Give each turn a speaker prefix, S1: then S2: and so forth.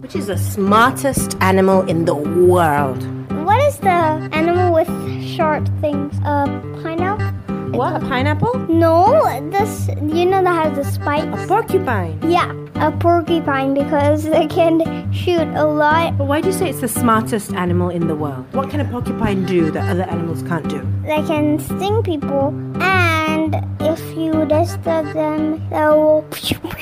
S1: Which is the smartest animal in the world?
S2: What is the animal with sharp things? A uh, pineapple?
S1: What, a pineapple?
S2: No, this you know that has the spikes.
S1: A porcupine.
S2: Yeah, a porcupine because they can shoot a lot.
S1: But why do you say it's the smartest animal in the world? What can a porcupine do that other animals can't do?
S2: They can sting people, and if you disturb them, they will.